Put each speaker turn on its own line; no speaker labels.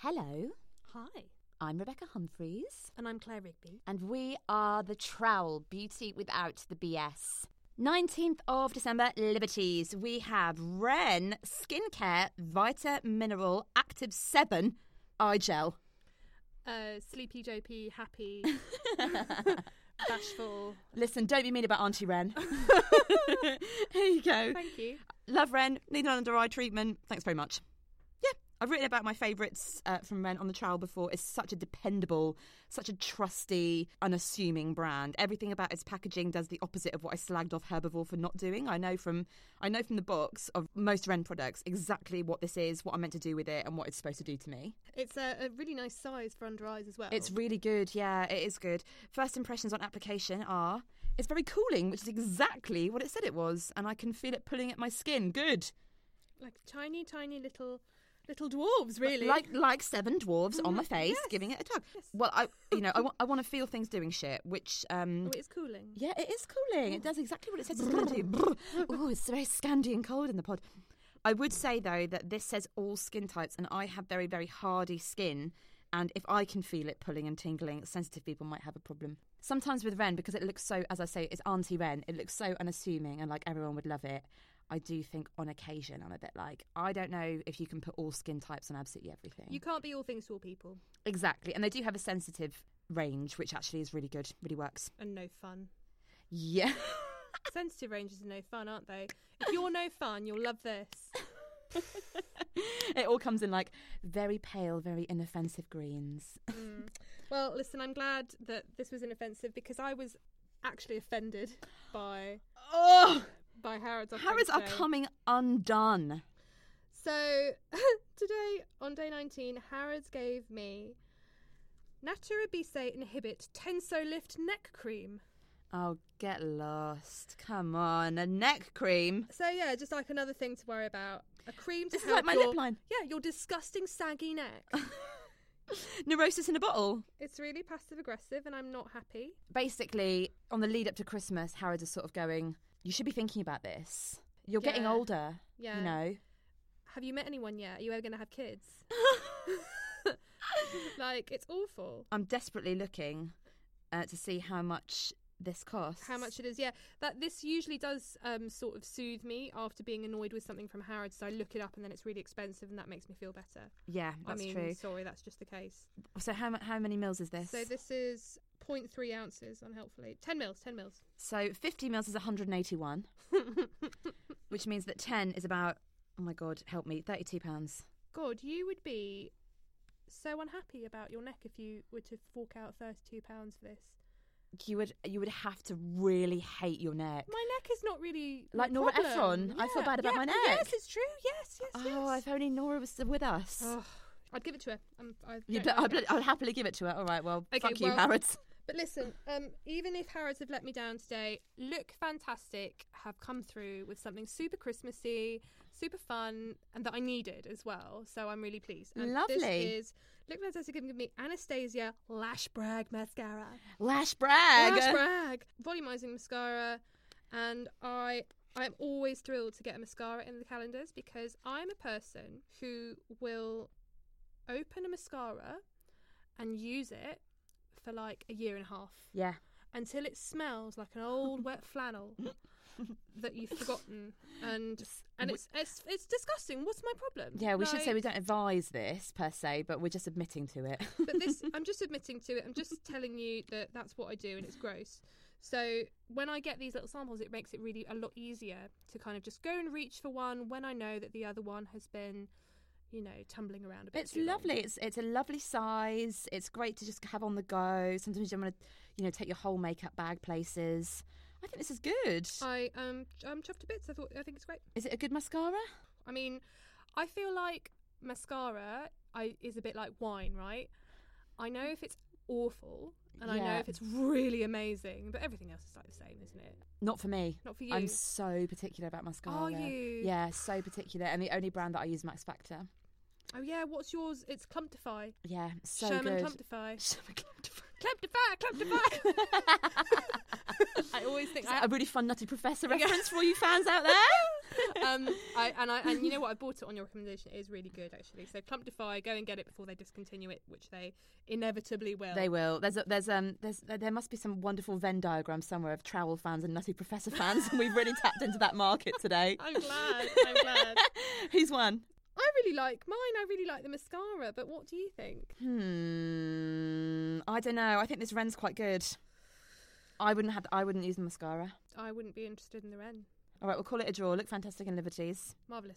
Hello,
Hi,
I'm Rebecca Humphreys,
and I'm Claire Rigby.
and we are the Trowel Beauty Without the BS. 19th of December, Liberties. We have Ren Skincare Vita Mineral Active 7 Eye Gel.
Uh, sleepy, dopey, happy, bashful.
Listen, don't be mean about Auntie Ren. Here you go.
Thank you.
Love Ren. Need an under eye treatment. Thanks very much. Yeah, I've written about my favourites uh, from Ren on the Trowel before. It's such a dependable, such a trusty, unassuming brand. Everything about its packaging does the opposite of what I slagged off Herbivore for not doing. I know from I know from the box of most Ren products exactly what this is, what I'm meant to do with it, and what it's supposed to do to me.
It's a, a really nice size for under eyes as well.
It's really good. Yeah, it is good. First impressions on application are it's very cooling, which is exactly what it said it was, and I can feel it pulling at my skin. Good.
like tiny, tiny little little dwarves, really. Mm-hmm.
Like like seven dwarves on my face,
Yes.
giving it a tug.
Yes.
Well, I you know I want to feel things doing shit, which um
oh, it's cooling.
yeah, it is cooling. It does exactly what it says it's going to do. Oh, it's very scandy and cold in the pod. I would say though that this says all skin types, and I have very very hardy skin. And if I can feel it pulling and tingling, sensitive people might have a problem. Sometimes with Ren, because it looks so, as I say, it's Auntie Ren, it looks so unassuming and like everyone would love it. I do think on occasion I'm a bit like, I don't know if you can put all skin types on absolutely everything.
You can't be all things to all people,
Exactly. And they do have a sensitive range, which actually is really good, really works.
and no fun.
Yeah.
Sensitive ranges are no fun, aren't they? If you're no fun, you'll love this.
it all comes in like very pale, very inoffensive greens.
Well, listen, I'm glad that this was inoffensive because I was actually offended by
Oh,
by Harrods. offering
Harrods are
today.
coming undone.
So today, on day 19, Harrods gave me Naturabise Inhibit Tenso Lift Neck Cream.
Oh, get lost. Come on. A neck cream.
So yeah, just like another thing to worry about. A cream to
This is
help
like my
your,
lip line.
Yeah, your disgusting saggy neck.
Neurosis in a bottle.
it's really passive aggressive, and I'm not happy.
Basically, on the lead up to Christmas, Harrods are sort of going, you should be thinking about this. You're getting
Yeah.
older,
Yeah.
you know.
Have you met anyone yet? Are you ever going to have kids? like it's awful.
I'm desperately looking uh, to see how much this costs.
How much it is? Yeah, that this usually does um, sort of soothe me after being annoyed with something from Harrods. So I look it up, and then it's really expensive, and that makes me feel better.
Yeah, that's
I mean,
true.
sorry, that's just the case.
So how mu- how many mils is this?
So this is 0.3 ounces, unhelpfully. 10 mils, 10 mils.
So 50 mils is 181, which means that 10 is about oh my god, help me, 32 pounds.
God, you would be so unhappy about your neck if you were to fork out 32 pounds for this.
You would you would have to really hate your neck.
My neck is not really
Like
my
Nora
problem.
Ephron, I feel bad about
yeah,
my
Yes,
neck.
it's true. Yes, yes, Oh, yes.
Oh, if only Nora was with us.
Ugh. I'd give it to her. Um, I
You'd
don't
bl- I'd,
like it.
bl- I'd happily give it to her. All right, well,
Okay,
fuck you,
well-
Harrods.
But listen, um, even if Harrods have let me down today, look fantastic. Have come through with something super Christmassy, super fun, and that I needed as well. So I'm really pleased. And
Lovely.
This is look fantastic. Giving me Anastasia Lash Brag mascara.
Lash brag.
Lash Brag volumizing mascara, and I. I'm always thrilled to get a mascara in the calendars because I'm a person who will open a mascara and use it for like a year and a half
Yeah.
until it smells like an old wet flannel that you've forgotten and and it's it's, it's disgusting what's my problem
Yeah, we should say we
Like,
don't advise this per se, but we're just admitting to it.
but this i'm just admitting to it i'm just telling you that that's what i do and it's gross so when i get these little samples it makes it really a lot easier to kind of just go and reach for one when i know that the other one has been you know tumbling around a bit
It's
too long.
lovely. It's it's a lovely size. It's great to just have on the go. Sometimes you want to, you know, take your whole makeup bag places. I think this is good.
i um i'm chuffed to bits i thought i think it's great
Is it a good mascara?
I mean, I feel like mascara I, is a bit like wine, right? I know if it's awful, and I know
Yeah.
if it's really amazing, but everything else is like the same, isn't it?
Not for me.
Not for you.
I'm so particular about mascara.
Are you?
Yeah, so particular. And the only brand that I use, Max Factor.
Oh yeah, what's yours? It's Clumptify.
Yeah, so
Sherman
good.
Clumptify.
Sherman Clumptify.
Clumptify, Clumptify. I always think
Is
I
that a really fun Nutty Professor reference for all you fans out there?
um, I, and I and you know what? I bought it on your recommendation. It is really good actually. So Clump Defy, go and get it before they discontinue it, which they inevitably will.
They will. There's a, there's um there's there- there must be some wonderful Venn diagram somewhere of trowel fans and Nutty Professor fans, and we've really tapped into that market today.
I'm glad. I'm glad.
Who's won?
I really like mine. I really like the mascara. But what do you think?
Hmm. I don't know. I think this Ren's quite good. I wouldn't have. I wouldn't use the mascara.
I wouldn't be interested in the Ren.
All right, we'll call it a draw. Look fantastic in Liberties.
Marvelous.